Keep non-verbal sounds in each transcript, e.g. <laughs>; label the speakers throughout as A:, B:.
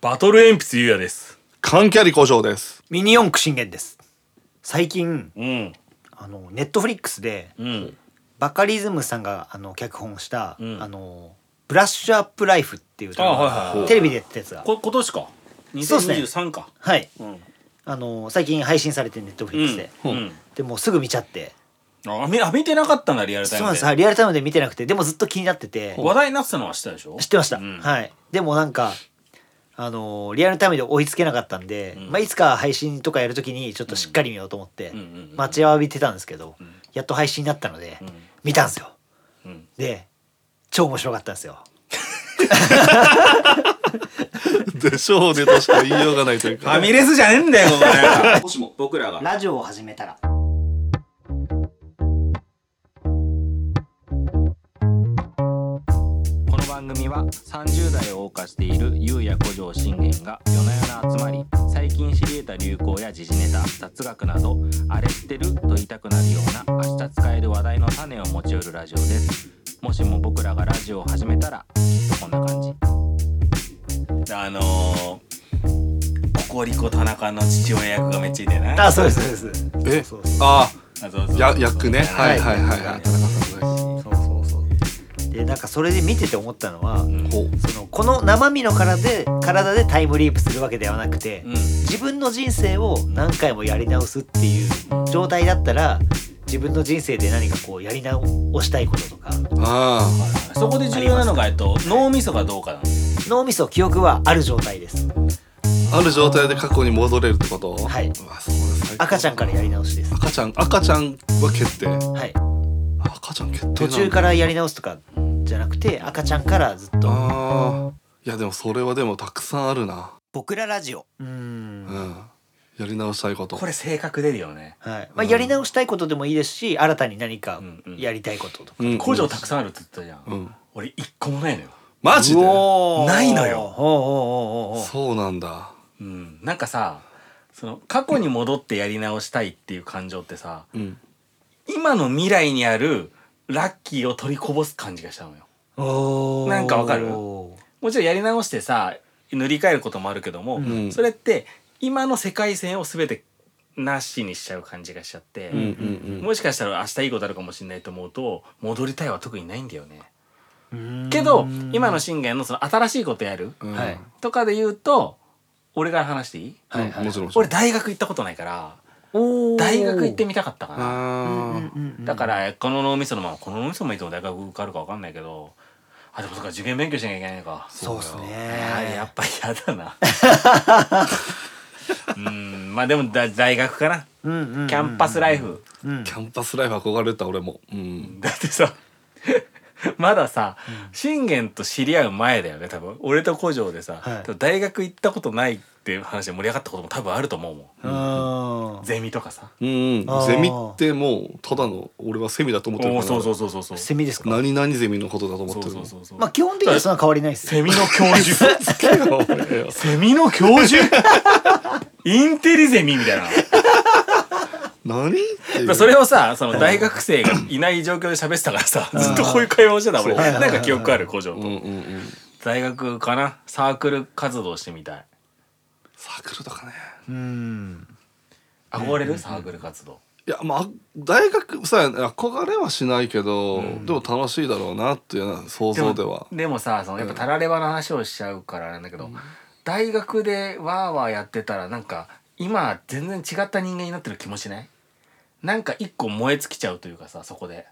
A: バトル鉛筆ゆうやです。
B: カンキャリ故障です。 <laughs>
C: ミニ四駆信玄です。最近、
A: うん。
C: あの、ネットフリックスで、
A: うん。
C: バカリズムさんが、あの、脚本した、
A: ん
C: あの、ブラッシュアップライフっていう歌が
A: あはいはいはい
C: テレビでやってたやつが、
A: こ今年か。
C: そうっすね
A: 2023か。
C: はい、
A: うん。
C: あの、最近配信されてネットフリックスで。
A: うん。
C: でもうすぐ見ちゃって。
A: あ見あ見てなかったんだリアルタ
C: そ
A: イ
C: う
A: ム
C: なんです。はいリアルタイムで見てなくて、でもずっと気になってて、
A: 話題になってたのは知ったでしょ
C: 知ってました。
A: うん
C: はい。でもなんか、あのリアルタイムで追いつけなかったんで、
A: うん
C: まあ、いつか配信とかやるときにちょっとしっかり見ようと思って、
A: うんうんうん
C: 待ちわびてたんですけど、
A: ん
C: やっと配信になったので、
A: うん
C: 見たんですよ
A: うん
C: で超面白かったんですよ
B: でしょうねとしか言いようがないという
A: ファ
B: か。
A: ミレスじゃねえんだよここね <laughs> もしも僕らが
C: ラジオを始めたら
D: この番組は30代を謳歌しているゆうや古城信玄が夜な夜な集まり最近知り得た流行や時事ネタ雑学などあれ知ってると言いたくなるような明日使える話題の種を持ち寄るラジオですもしも僕らがラジオを始めたらきっとこんな感じ
A: あのーココリコ田中の父親役がめっちゃいたよね
C: あそうですそうです
B: え
C: そうそう、そ
B: あ
A: あそうそうそ
B: あ、
A: う
B: や、役ね。
A: は
B: はいいはいはい
C: は
B: はいい。田中さんね
C: うそうそうそうでなんかそれで見てて思ったのは、
A: うん
B: ほう。
C: そのこの生身の体で体でタイムリープするわけではなくて、
A: うん
C: 自分の人生を何回もやり直すっていう状態だったら自分の人生で何かこうやり直したいこととか
B: あ
A: そこで重要なのがえっと脳みそがどうかなんです
C: 脳みそ記憶はある状態です
B: あ、ある状態で過去に戻れるってこと。
C: はいう
B: わそうです最高
C: 赤ちゃんからやり直しです
B: 赤ちゃん、赤ちゃんは決定。
C: はい
B: 赤ちゃん決定なんだ。
C: 途中からやり直すとかじゃなくて赤ちゃんからずっと
B: ああ。いや、でも、それはでも、たくさんあるな。
C: 僕らラジオうー
B: うん
C: ん。
B: やり直したいこと。
A: これ性格出るよね
C: はいまあ、やり直したいことでもいいですし新たに何かやりたいこととか、
B: うん、
A: 工場たくさんあるって言ったじゃん、
B: うん。
A: 俺一個もないのよ、
B: マジで。
C: おー
A: ないのよ
C: おーおーおーおーおー
B: そうなんだ。
A: うん、なんかさその過去に戻ってやり直したいっていう感情ってさ
B: うん。
A: 今の未来にあるラッキーを取りこぼす感じがしたのよ
C: おー
A: なんかわかるもちろんやり直してさ塗り替えることもあるけども、
B: ん
A: それって今の世界線を全てなしにしちゃう感じがしちゃって、
B: うんうんうん。
A: もしかしたら明日いいことあるかもしれないと思うと戻りたいは特にないんだよね。
C: うーん
A: けど今の信玄のその新しいことやる
B: うん
C: はい
A: とかで言うと俺から話していい
C: はいはい
B: もちろんもちろん。
A: 俺大学行ったことないから
C: おー
A: 大学行ってみたかったかな。
B: あ
A: だからこの脳みそのままこの脳みそもいつも大学受かるか分かんないけどあでもそっか受験勉強しなきゃいけないのか
C: そうっすね
A: あやっぱ嫌だな
C: <laughs>
A: うんまあでもだ大学かな
C: うんうんうん
A: キャンパスライフ
C: うん
B: ーキャンパスライフ憧れた俺も。うん。
A: だってさ <laughs> まださ信玄と知り合う前だよね多分俺と古城でさ、
C: はい
A: 多分大学行ったことないっていう話で盛り上がったことも多分あると思うもん
C: うん
A: ゼミとかさ
B: うん
C: あ
B: うん。
C: ー
B: ゼミってもうただの俺はセミだと思ってるか
A: お
B: ら。
A: ーそうそうそうそうそう
C: セミですか
B: 何々ゼミのことだと思っ
A: そ
B: て
A: うそう
B: る。<laughs>
A: そうそう
C: まあ基本的にはそんな変わりないです
A: セ
C: よ
A: ミの教授
B: つけ <laughs> よ俺よ
A: セミの教授インテリゼミみたいな。
B: 何っていう
A: それをさ、その大学生がいない状況で喋ってたからさ、ずっとこういう会話をしてた俺。
B: そう
A: なんか記憶ある、古城
B: うんうん
A: と。
B: うん。
A: 大学かなサークル活動してみたい。
B: サークルとかね。
C: うん
A: 憧れるサークル活動。
B: いやまあ大学さ憧れはしないけど、でも楽しいだろうなっていうのは想像では。
A: でもさ、そのやっぱタラレバの話をしちゃうからなんだけど、大学でワーワーやってたらなんか、今全然違った人間になってる気もしないなんか一個燃え尽きちゃうというかさ、そこで。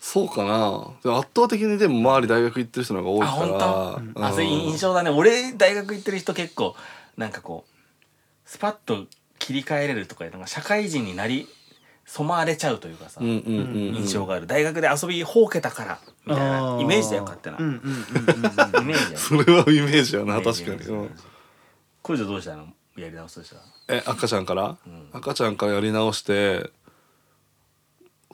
B: そうかな。でも圧倒的にでも周り大学行ってる人の方が
A: あ
B: 多いから。
A: 本当、
B: うん
A: あそういう印象だね俺大学行ってる人結構なんかこうスパッと切り替えれるとかなんか社会人になり染まれちゃうというかさ、
B: うんうんうんうん。
A: 印象がある大学で遊びほうけたからみたいなイメージだよ勝手な、
C: うんうん
A: イ
C: うんうん
A: メージ
B: <laughs>
A: だよ
B: それはイメージやな確かに。
A: イメージイ
B: う
A: メー
B: ん
A: ジこれ以上どうしたのやり直すとしたら
B: え赤ちゃんから、
A: うん
B: 赤ちゃんからやり直して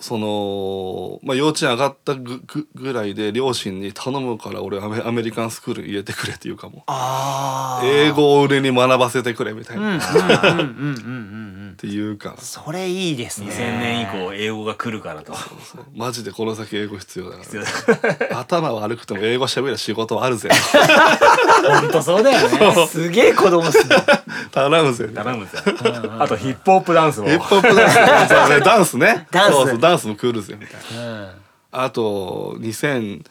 B: その、まあ、幼稚園上がったぐぐぐらいで両親に頼むから俺アメアメリカンスクール入れてくれっていうかも
C: あー
B: 英語を俺に学ばせてくれみたいな、
C: うんうんうんうんうんうんうん
B: っていうか、
C: それいいですね
A: 2000年以降英語が来るからと
B: そうマジでこの先英語必要だ
A: 必要
B: か
A: だ
B: ら頭悪くても英語喋りゃ仕事はあ
A: <laughs>
B: るぜ
A: 本当そうだよね
C: すげえ子供っすね
B: 頼むぜヒッ
A: 頼むぜあとヒップホップダンスを
B: プホップダンスそうねダンスね
C: ダンス
B: そうそうダンスも来るぜみたいな
C: うん
B: あと2000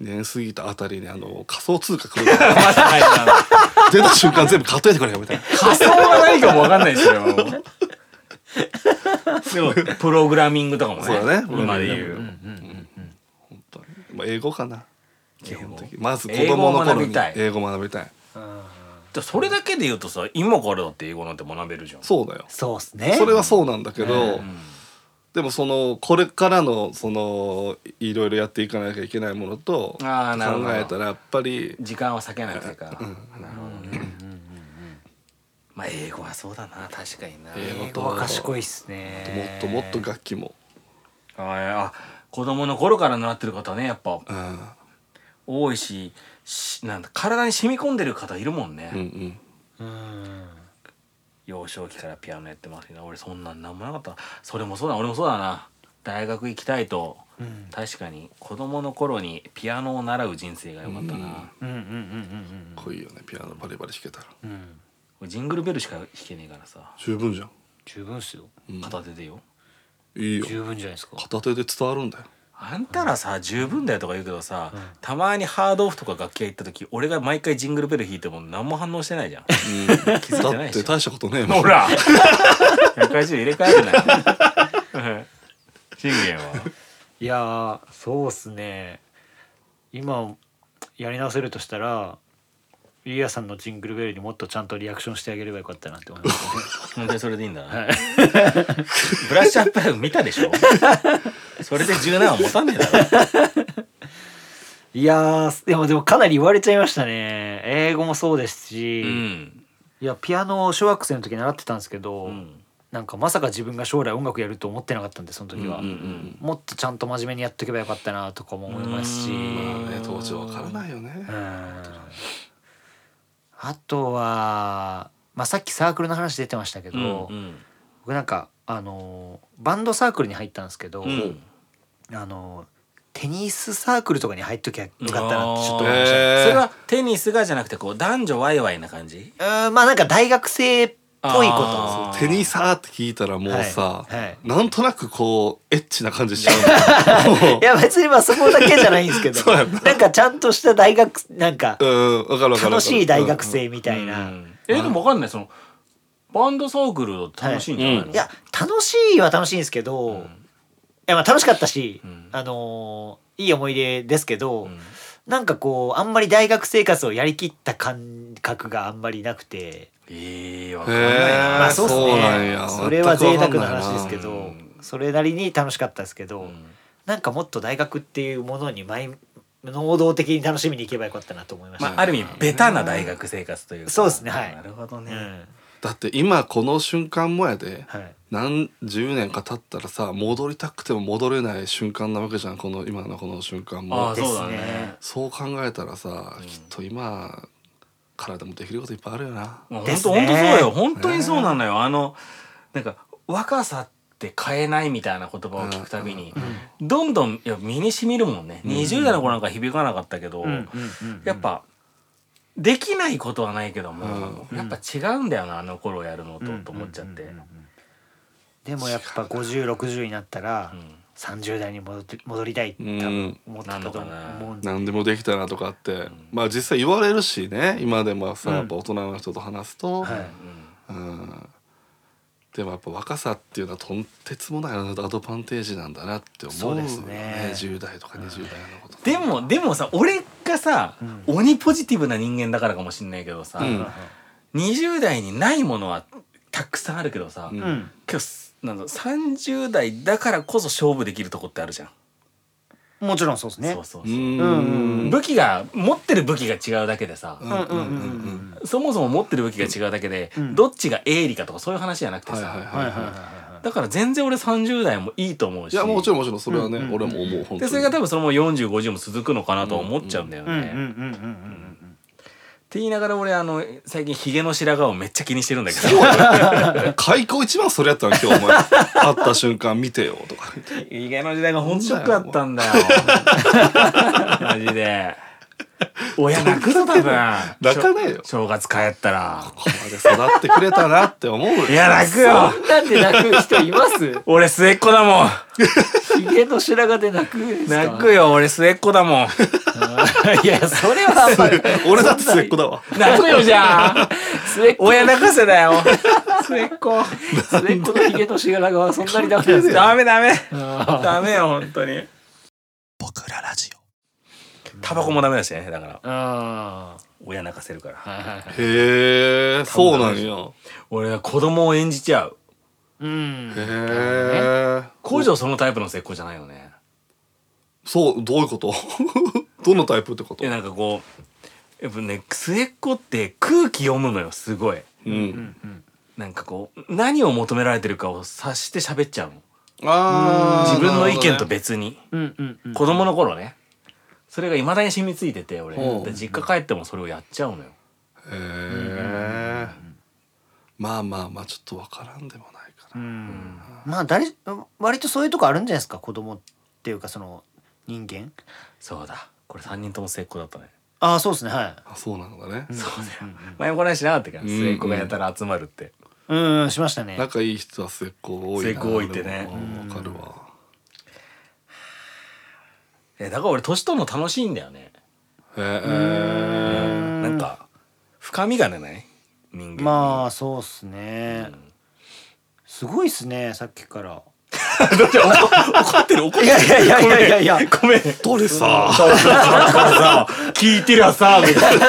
B: 年過ぎたあたりにあの仮想通貨来るか
A: ま
B: ら
A: だ入らない
B: 出た瞬間全部買っといてくれよみたいな
A: 仮想が何かも分かんないですよでもプログラミングとかもね
B: そうだね
A: 今で言う、
B: 本当に <laughs> まあ英語かな基本的にまず子
A: 英語
B: 供
A: を
B: の頃
A: 学び
B: に
A: たい
B: 英語学びたい
A: じゃあそれだけで言うとさ今からだって英語なんて学べるじゃん
B: そうだよ
C: そうっすね
B: それはそうなんだけど、
A: ん
B: でもそのこれからのそのいろいろやっていかなきゃいけないものと考
A: あーなるほど
B: えたらやっぱり
A: 時間は避けないというか、なるほどねまあ英語はそうだな確かにな
B: 英
C: 英語は賢いっすね
B: もっともっと楽器も、
A: あいやあ子供の頃から習ってる方ねやっぱ
B: うん、
A: 多いししなんだ体に染み込んでる方いるもんね、
B: うんうん
C: うん
A: 幼少期からピアノやってますけど俺そんなんなんもなかったそれもそうだ俺もそうだな大学行きたいと、
C: ん
A: 確かに子供の頃にピアノを習う人生が良かったな、
C: うんうんうん
B: 濃いよねピアノバリバリ弾けたら
C: うんうんうん
A: 俺ジングルベルしか弾けねえからさ
B: 十分じゃん、
C: 十分っすよ
B: うん
A: 片手でよ、
B: いいよ
C: 十分じゃないですか
B: 片手で伝わるんだよ
A: あんたらさ十分だよとか言うけどさ、たまにハードオフとか楽器屋行った時俺が毎回ジングルベル弾いても何も反応してないじゃん <laughs> 気づいて
B: だ
A: ないでし
B: っ
A: てょ
B: 大したことねえもん
A: ほら180入れ替えるなよ信玄はい
C: やーそうっすね今やり直せるとしたらゆうやさんのジングルベルにもっとちゃんとリアクションしてあげればよかったなって思いますね
A: 本当にそれでいいんだな、 <laughs> ブラッシュアップライブ見たでしょそれで17は持たねえだろ
C: いやーでもでもかなり言われちゃいましたね英語もそうです
A: <laughs>
C: し、
A: うん、
C: いやピアノを小学生の時習ってたんですけど、
A: うん
C: なんかまさか自分が将来音楽やると思ってなかったんでその時は、
A: うんうん
C: もっとちゃんと真面目にやっとけばよかったなとかも思いますし
A: うーん
B: まあね当時はわからないよね
C: うんあとは、まあ、さっきサークルの話出てましたけど、
A: うん
C: 僕なんかあのーバンドサークルに入ったんですけど、
A: うん
C: あのーテニスサークルとかに入っときゃよかったなってちょっと思いましたね。
B: え
A: それはテニスがじゃなくてこう男女ワイワイな感じ
C: うーんまあなんか大学生っぽいこと
A: あー
B: テニサーって聞いたらもうさ、
C: はいはい
B: なんとなくこうエッチな感じしちゃう
C: <laughs>
B: もう
C: いや別にまあそこだけじゃないんですけ
B: <laughs> そう
C: ど
B: や
C: なんかちゃんとした大学なんか
B: うんわかるわかるわかる
C: 楽しい大学生みたいうな。
A: んえでも分かんないそのバンドサークルだと楽しいんじゃないの、
B: はいうん
C: いや楽しいは楽しいんですけど、いやまあ楽しかったし、
A: ん
C: あのーいい思い出ですけど、
A: うん
C: なんかこうあんまり大学生活をやりきった感覚があんまりなくて、
A: ええわかんない
B: へー
A: な、
C: まあそうっす
B: そうなん
C: ね
B: や
C: それは贅沢な話
B: 全くわかんないな
C: ですけど、
A: うん
C: それなりに楽しかったですけど、
A: うん
C: なんかもっと大学っていうものに前能動的に楽しみに行けばよかったなと思いました、
A: まあ、ある意味ベタな大学生活というか
C: そうっすねはい
A: なるほど
C: う
A: ね、
C: ん
B: だって今この瞬間もやで
C: はい、
B: 何十年か経ったらさ戻りたくても戻れない瞬間なわけじゃんこの今のこの瞬間
A: あ
B: も
A: あ
C: ですね
A: そうだね
B: そう考えたらさ、きっと今からでもできることいっぱいあるよな
A: もう
C: で
A: 本
C: す
A: 当
C: ね
A: 本当そうよ本当にそうなのよ、あのなんか若さって変えないみたいな言葉を聞くたびに、どんどんいや身にしみるもんね、20代の子なんか響かなかったけど、やっぱできないことはないけども、やっぱ違うんだよなあの頃やるのと、と思っちゃって、
C: でもやっぱ5060になったら、
A: ん
C: 30代に戻って戻りたいって多分思ってたと
A: う
C: 思
A: んなんのかな
C: うんで、
B: 何でもできたなとかって、まあ実際言われるしね今でもさ、やっぱ大人の人と話すと、
C: はい
B: うんでもやっぱ若さっていうのはとんてつもないアドバンテージなんだなって思う
C: そう
B: よ
C: ですね
B: 10代とか20代のこと
A: でもでもさ俺がさ、鬼ポジティブな人間だからかもしんないけどさ、
B: うん
A: 20代にないものはたくさんあるけどさ、
B: うん
C: うん、
A: 今日なんだろう30代だからこそ勝負できるとこってあるじゃん、
C: もちろんそうですね
A: そうそう
B: う
A: そう、
B: ん
C: うん
A: 武器が持ってる武器が違うだけでさ、
B: うんうんうん
A: そもそも持ってる武器が違うだけで、
C: ん
A: どっちが鋭利かとかそういう話じゃなくて
B: はい
A: さ、
B: はいはい
C: はいはい
B: は
C: はい
B: い
C: は
A: だから全然俺30代もいいと思うし
B: いやもちろん
A: ん
B: もちろんそれはね、俺も思う本当に
A: でそれが多分そのまま4050も続くのかなとは思っちゃうんだよね、
C: いうんうんうんうんうんうん
A: て言いながら俺あの最近ヒゲの白髪をめっちゃ気にしてるんだけど
B: 開口一番それやったの今日お前会った瞬間見てよとか
A: ヒゲの時代がほんとショックだったんだよマジで親泣くぞ多分
B: 泣かないよ
A: 正正月帰ったら
B: ここまで育ってくれたなって思うよ
A: いや泣くよ
E: そんなんで泣く人います
A: 俺末っ子だもん
E: ヒゲの白髪で泣くんですか
A: 泣くよ俺末っ子だもん
F: <laughs>
E: いやいやそれはあんまり
B: <laughs> 俺だって末っ子だわ
A: 泣くよじゃあ
E: 末っ子
A: 親泣かせだよ末っ子
E: 末っ子のヒゲの白髪はそんなにダメなんですか
A: <laughs> ダメダメ
E: あ
A: ダメよ本当に僕らラジオタバコもダメだしねだから
F: あ
A: 親泣かせるから
F: あはいはいはい
B: へえそうなんや
A: 俺は子供を演じちゃう
F: うん
B: へえ
A: 工場そのタイプの末っ子じゃないよね
B: そうどういうこと <laughs> どのタイプってこと
A: でなんかこうやっぱね末っ子って空気読むのよすごい
B: うん、
F: うんうん
A: なんかこう何を求められてるかを察して喋っちゃうの
B: あー
A: 自分の意見と
B: なる
A: 別に、
F: うんうんうん
A: 子供の頃ねそれがいまだに染みついてて俺
B: ほう
A: で実家帰ってもそれをやっちゃうのよ
B: ほどねへえまあまあまあちょっとわからんでもないか
F: う
B: な、
F: ん
C: まあ誰割とそういうとこあるんじゃないですか子供っていうかその人間
A: そうだこれ3人とも末っ子だったね
C: ああそうですねはい
B: あそうなんだね、
A: そうだよ前もこの話しなかったから
B: うん
A: 末っ子がやたら集まるって
C: うんうんしましたね
B: 仲いい人は末っ子多い
A: 末
B: な
A: っ子多いってね
B: でもわかるわ
A: えだから俺年取るの楽しいんだよね
B: へえ
A: なんか深みが出ない人間に
C: まあそうっすね、すごいっすねさっきから
A: 怒ってる怒ってる
C: いやいやいやいやいやいや
A: ごめん
B: どれさ
A: そうそうそうさ聞いてりゃさみたいな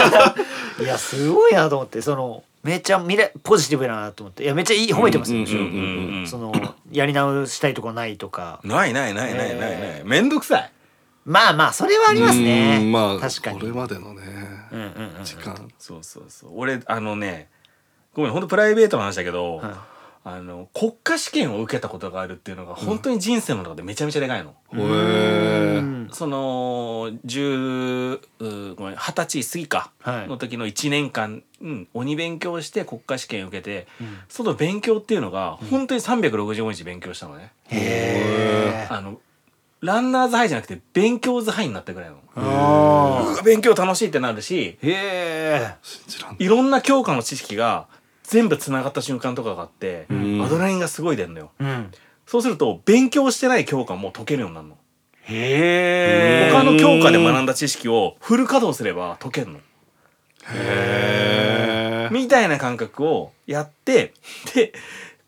A: い
C: やすごいなと思ってそのめちゃ未来ポジティブだなと思っていやめっちゃいい褒めてますよ、
B: うんうんうん
A: うん
C: そのやり直したいとこないとか
A: ないないないないないないめんどくさい
C: まあまあそれはありますね
B: うんまあ
C: 確かに
B: これまでのね
C: うんうんうん
B: 時間
A: そうそうそう俺あのねごめん本当プライベートの話だけど、
C: はい
A: あの国家試験を受けたことがあるっていうのが本当に人生の中でめちゃめちゃでかいの。
B: へえ
C: うん
A: その10うごめん二十歳過ぎか
C: はい
A: の時の1年間、うん、鬼勉強して国家試験受けて、その勉強っていうのが本当に365日勉強したのね、
C: へえ
A: あのランナーズハイじゃなくて勉強ズハイになったぐらいの、
C: あ
A: うわ勉強楽しいってなるし
C: ーへえ
B: 信じらん
A: いろんな教科の知識が全部つながった瞬間とかがあって、
B: ん
A: アドレナリンがすごい出るのよ
C: うん
A: そうすると勉強してない教科も解けるようになるの
C: へえ
A: 他の教科で学んだ知識をフル稼働すれば解けるの
B: へえ
A: みたいな感覚をやってで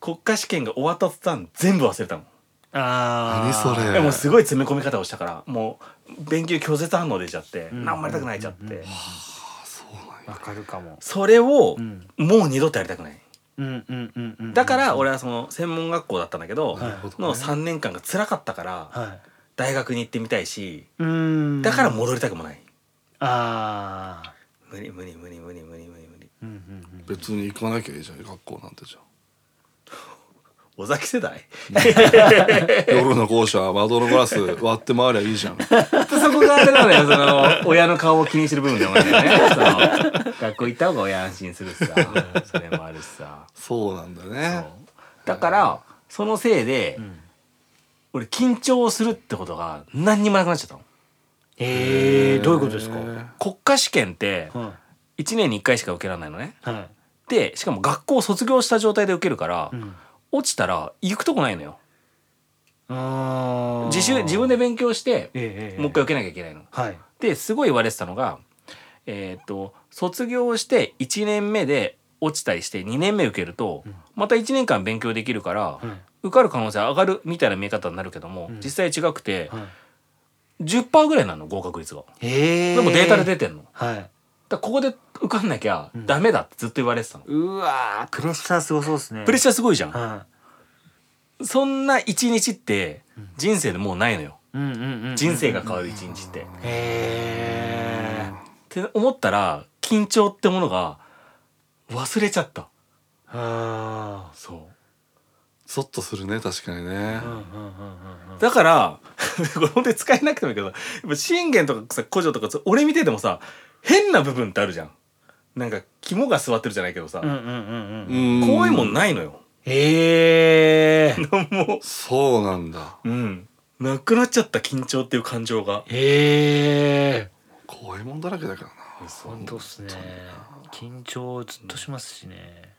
A: 国家試験が終わった途端全部忘れたの、
C: あ
B: 何
C: あ
B: それ
A: でもうすごい詰め込み方をしたからもう勉強拒絶反応出ちゃって、何もやりたくないちゃって、
C: わかるかも
A: それを
C: ん
A: もう二度とやりたくない
C: うんうんうんうん
A: だから俺はその専門学校だったんだけど、
B: なるほどね
A: の3年間が辛かったから、
C: はい
A: 大学に行ってみたいし
C: うーん
A: だから戻りたくもない、
C: ああ
A: 無理無理無理無理無理無理無理
C: うんうん
B: 別に行かなきゃいいじゃん学校なんてじゃん
A: 尾崎世代
B: 夜の校舎窓のガ <laughs> ラス割って回りゃいいじゃん
A: そこがあれなのよその親の顔を気にする部分でもないよねその学校行った方が親安心するしさそれもあるしさ
B: そうなんだね
A: だからそのせいで、俺緊張するってことが何にもなくなっちゃったの
C: ええどういうことですか
A: 国家試験って
C: は
A: 1年に1回しか受けられないのね
C: いはい
A: でしかも学校を卒業した状態で受けるから、
C: うん
A: 落ちたら行くとこないのよ
C: あー
A: 自習自分で勉強して
C: ええええ
A: もう一回受けなきゃいけないの。
C: はい
A: ですごい言われてたのがえーっと卒業して1年目で落ちたりして2年目受けるとまた1年間勉強できるから
C: はい
A: 受かる可能性上がるみたいな見え方になるけども実際違くて
C: はい
A: 10%ぐらいなの合格率が。
C: ええ
A: でもデータで出てんの。だか
C: はい
A: らここで受かんなきゃダメだってずっと言われてたの。
C: うわープレッシャーすごそうですね
A: プレッ
C: シ
A: シャーすごいじゃん。
C: は
A: そんな1日って人生でもうないのよ。
C: いうんうんうん
A: 人生が変わる1日って。
C: へえ
A: って思ったら緊張ってものが忘れちゃった
C: あ
A: そ
B: そっとするね確かにね
C: あうんうんうんうんうん
A: うだから <laughs> これ本当に使えなくてもいいけどやっぱ信玄とかさ古城とかさ俺見ててもさ変な部分ってあるじゃんなんか肝が座ってるじゃないけどさ、
C: うんうんうんうん。
B: うん
A: 怖いもんないのよ
C: へえ。
A: も
B: そうなんだ
A: ううんなくなっちゃった緊張っていう感情が
C: へえ。
B: 怖いもんだらけだから
C: 本当っすね。緊張ずっとしますしね。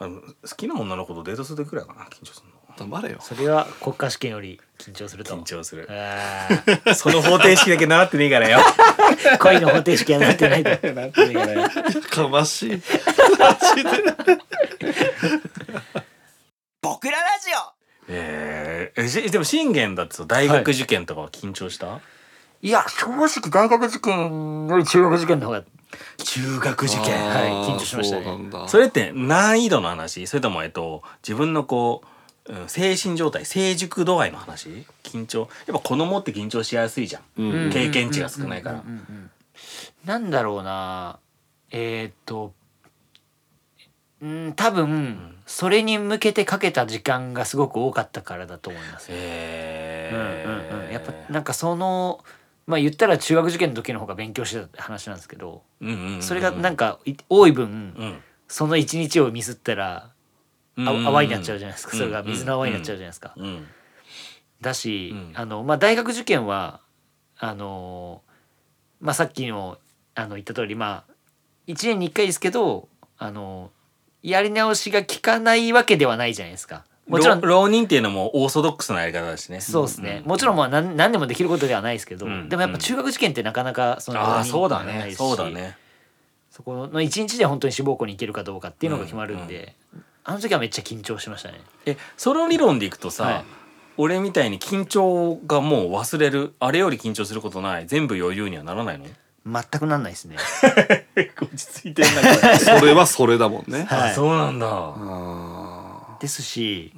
A: あの好きな女の子とデートする時くらいかな緊張する
B: な黙れよ
C: それは国家試験より緊張すると。
A: の緊張する
C: あ
A: その方程式だけ習ってねえからよ
C: あ、恋の方程式はなって <laughs> ないと。
B: やかましい
G: 僕らラジ
A: えーえしでも信玄だってさ大学受験とかは緊張した、
G: オいや正直大学受験より中学受験の方が
A: 中学受
B: あ
A: 験
B: ー
C: はい緊張しましたね
B: そうなんだ
A: それって難易度の話それともえっと自分のこう、うん精神状態成熟度合いの話緊張やっぱ子供って緊張しやすいじゃん、
B: うん
A: 経験値が少ないから、
C: なんだろうな。えーっと。うん、多分それに向けてかけた時間がすごく多かったからだと思います。
A: え
C: うんうんうん、やっぱ
A: な
C: なんかそのまあ言ったら中学受験の時の方が勉強してたって話なんですけど
A: うんうんうんうん
C: それがなんかい多い分、
A: うん
C: その一日をミスったらあ
A: うんうんうん
C: 泡になっちゃうじゃないですかそれが水の泡になっちゃうじゃないですか。
A: うん
C: だし、
A: うん
C: あのまあ、大学受験はあのー、まあ、さっきのあの言った通りまあ1年に1回ですけどあのやり直しが効かないわけではないじゃないですか。もちろん
A: ろ浪人っていうのもオーソドックスなやり方だしね
C: そうですね、もちろんまあ何何でもできることではないですけど、
A: うん
C: でもやっぱ中学受験ってなかなかその
A: ああそうだ
C: ならない
A: ね
C: し
A: そうだね
C: そこの一日で本当に志望校に行けるかどうかっていうのが決まるんで、あの時はめっちゃ緊張しましたね
A: えその理論でいくとさ、
C: はい
A: 俺みたいに緊張がもう忘れるあれより緊張することない全部余裕にはならないの
G: 全くなんないですね
A: 落ち着いてんなこれ、
B: それはそれだもんね
A: あそうなんだ
B: あ
G: ですし、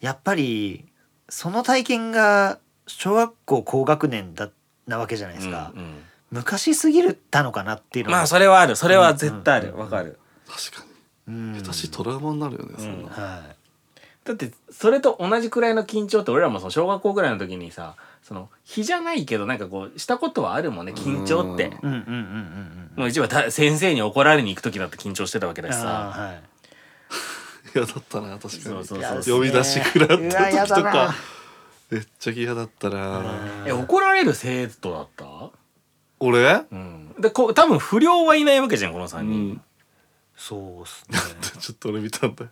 G: やっぱりその体験が小学校高学年だなわけじゃないですか、
A: うんうん
G: 昔すぎるたのかなっていうのが
A: まあそれはあるそれは絶対あるわかる
B: ー確か
G: うん
B: に下手しいトラウマになるよねそんな
G: はい
A: だってそれと同じくらいの緊張って俺らもその小学校ぐらいの時にさその日じゃないけどなんかこうしたことはあるもんね緊張って
G: うんうんうんうん
A: もう一番た先生に怒られに行く時だって緊張してたわけだし
C: あ
A: さ
C: ーはい
B: 嫌だったな確か
A: そう
B: に
A: そう
G: や
A: そう
B: 呼び出し食らった
G: うわや
B: 時
G: だ
B: と
G: な
B: かめっちゃ嫌だったな
A: え怒られる生徒だった
B: 俺
A: うんでこう多分不良はいないわけじゃんこの3
B: う
A: 人、
B: ん
C: そうっす
A: <laughs>
C: ね
B: ちょっと俺見たんだよ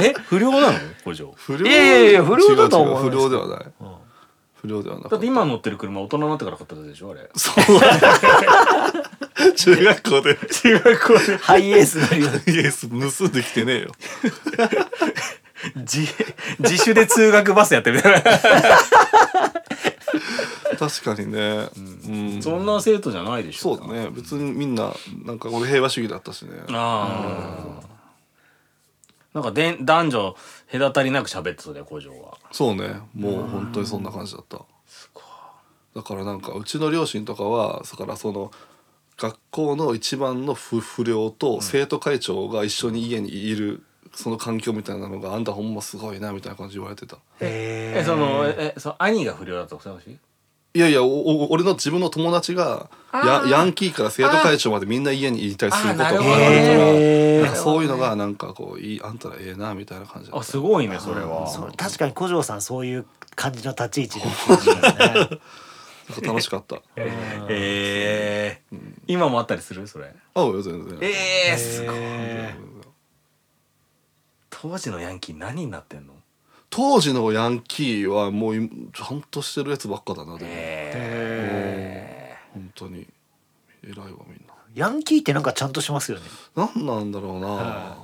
A: え不良なの五 <laughs> 条
B: 不良
G: いやいやいや不良だと思う
B: 違う違う不良ではない不良ではなか
A: だ
B: っ
A: って今乗ってる車大人になってから買ったやつでしょあ <laughs> れ
B: たそうだね <laughs> 中学校で中学校で
G: ハイエースの
B: イエス盗んできてねえよ
A: 自 <laughs> 自主で通学バスやってるみたいな
B: 確かにねう
A: <laughs>
B: ん
A: そんな生徒じゃないでし
B: そ
A: ょ
B: うだね別にみんななんか俺平和主義だったしね
A: ああなんかでん男女隔たりなく喋ってたね工場は
B: そうねもう本当にそんな感じだっただからなんかうちの両親とかはだからその学校の一番の不不良と生徒会長が一緒に家にいるその環境みたいなのがあんたほんますごいなみたいな感じで言われてた
A: えそのえその兄が不良だったことし
B: いやいやおお俺の自分の友達がやヤンキーから生徒会長までみんな家にいたりすることがあるから
A: あーなるほど
B: なんかそういうのがなんかこういいあんたらええなみたいな感じだ
A: あ
B: った
A: すごいねそれは
G: そう確かに小城さんそういう感じの立ち位置で、ね、
B: なんか楽しか <laughs> った
A: ええ今もあったりするそれ
B: 合うよ全然
A: <laughs> ええすごい
C: え
A: 当時のヤンキー何になってんの
B: 当時のヤンキーはもう今ちゃんとしてるやつばっかだなでも、本当に偉いわみん
G: ヤンキーってなんかちゃんとしますよね
B: な何なんだろうな、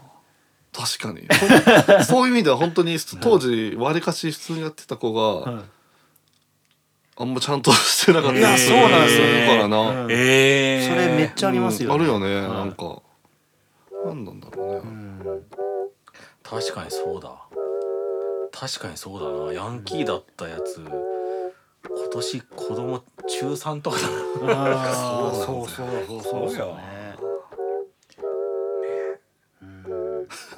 B: 確かにほん <laughs> そういう意味では本当に当時わりかし普通にやってた子が、あんまちゃんとしてなかった
A: いやそうなんですよね
B: だからな、
A: ええ
G: それめっちゃありますよ、
B: う
G: ね
B: んあるよね、なんか何なんだろうね、
A: 確かにそうだ確かにそうだなヤンキーだったやつ今年子供中3とかだな
G: あー
B: そう
G: そうそうそうそうそうね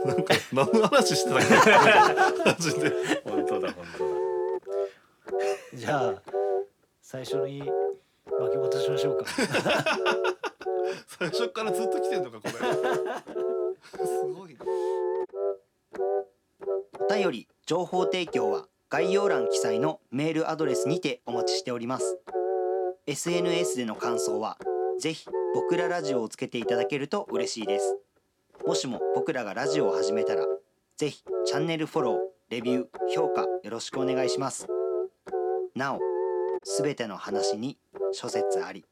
B: なんか何の話してたっけ <laughs> マジで
A: <laughs> 本当だ本当だ
C: じゃあ最初に巻き戻しましょうか
B: 最初からずっと来てんのかこれ <laughs> すごいな
C: お便り情報提供は概要欄記載のメールアドレスにてお待ちしております SNS での感想は <laughs> ぜひ僕らラジオをつけていただけると嬉しいですもしも僕らがラジオを始めたらぜひチャンネルフォローレビュー評価よろしくお願いしますなおすべての話に諸説あり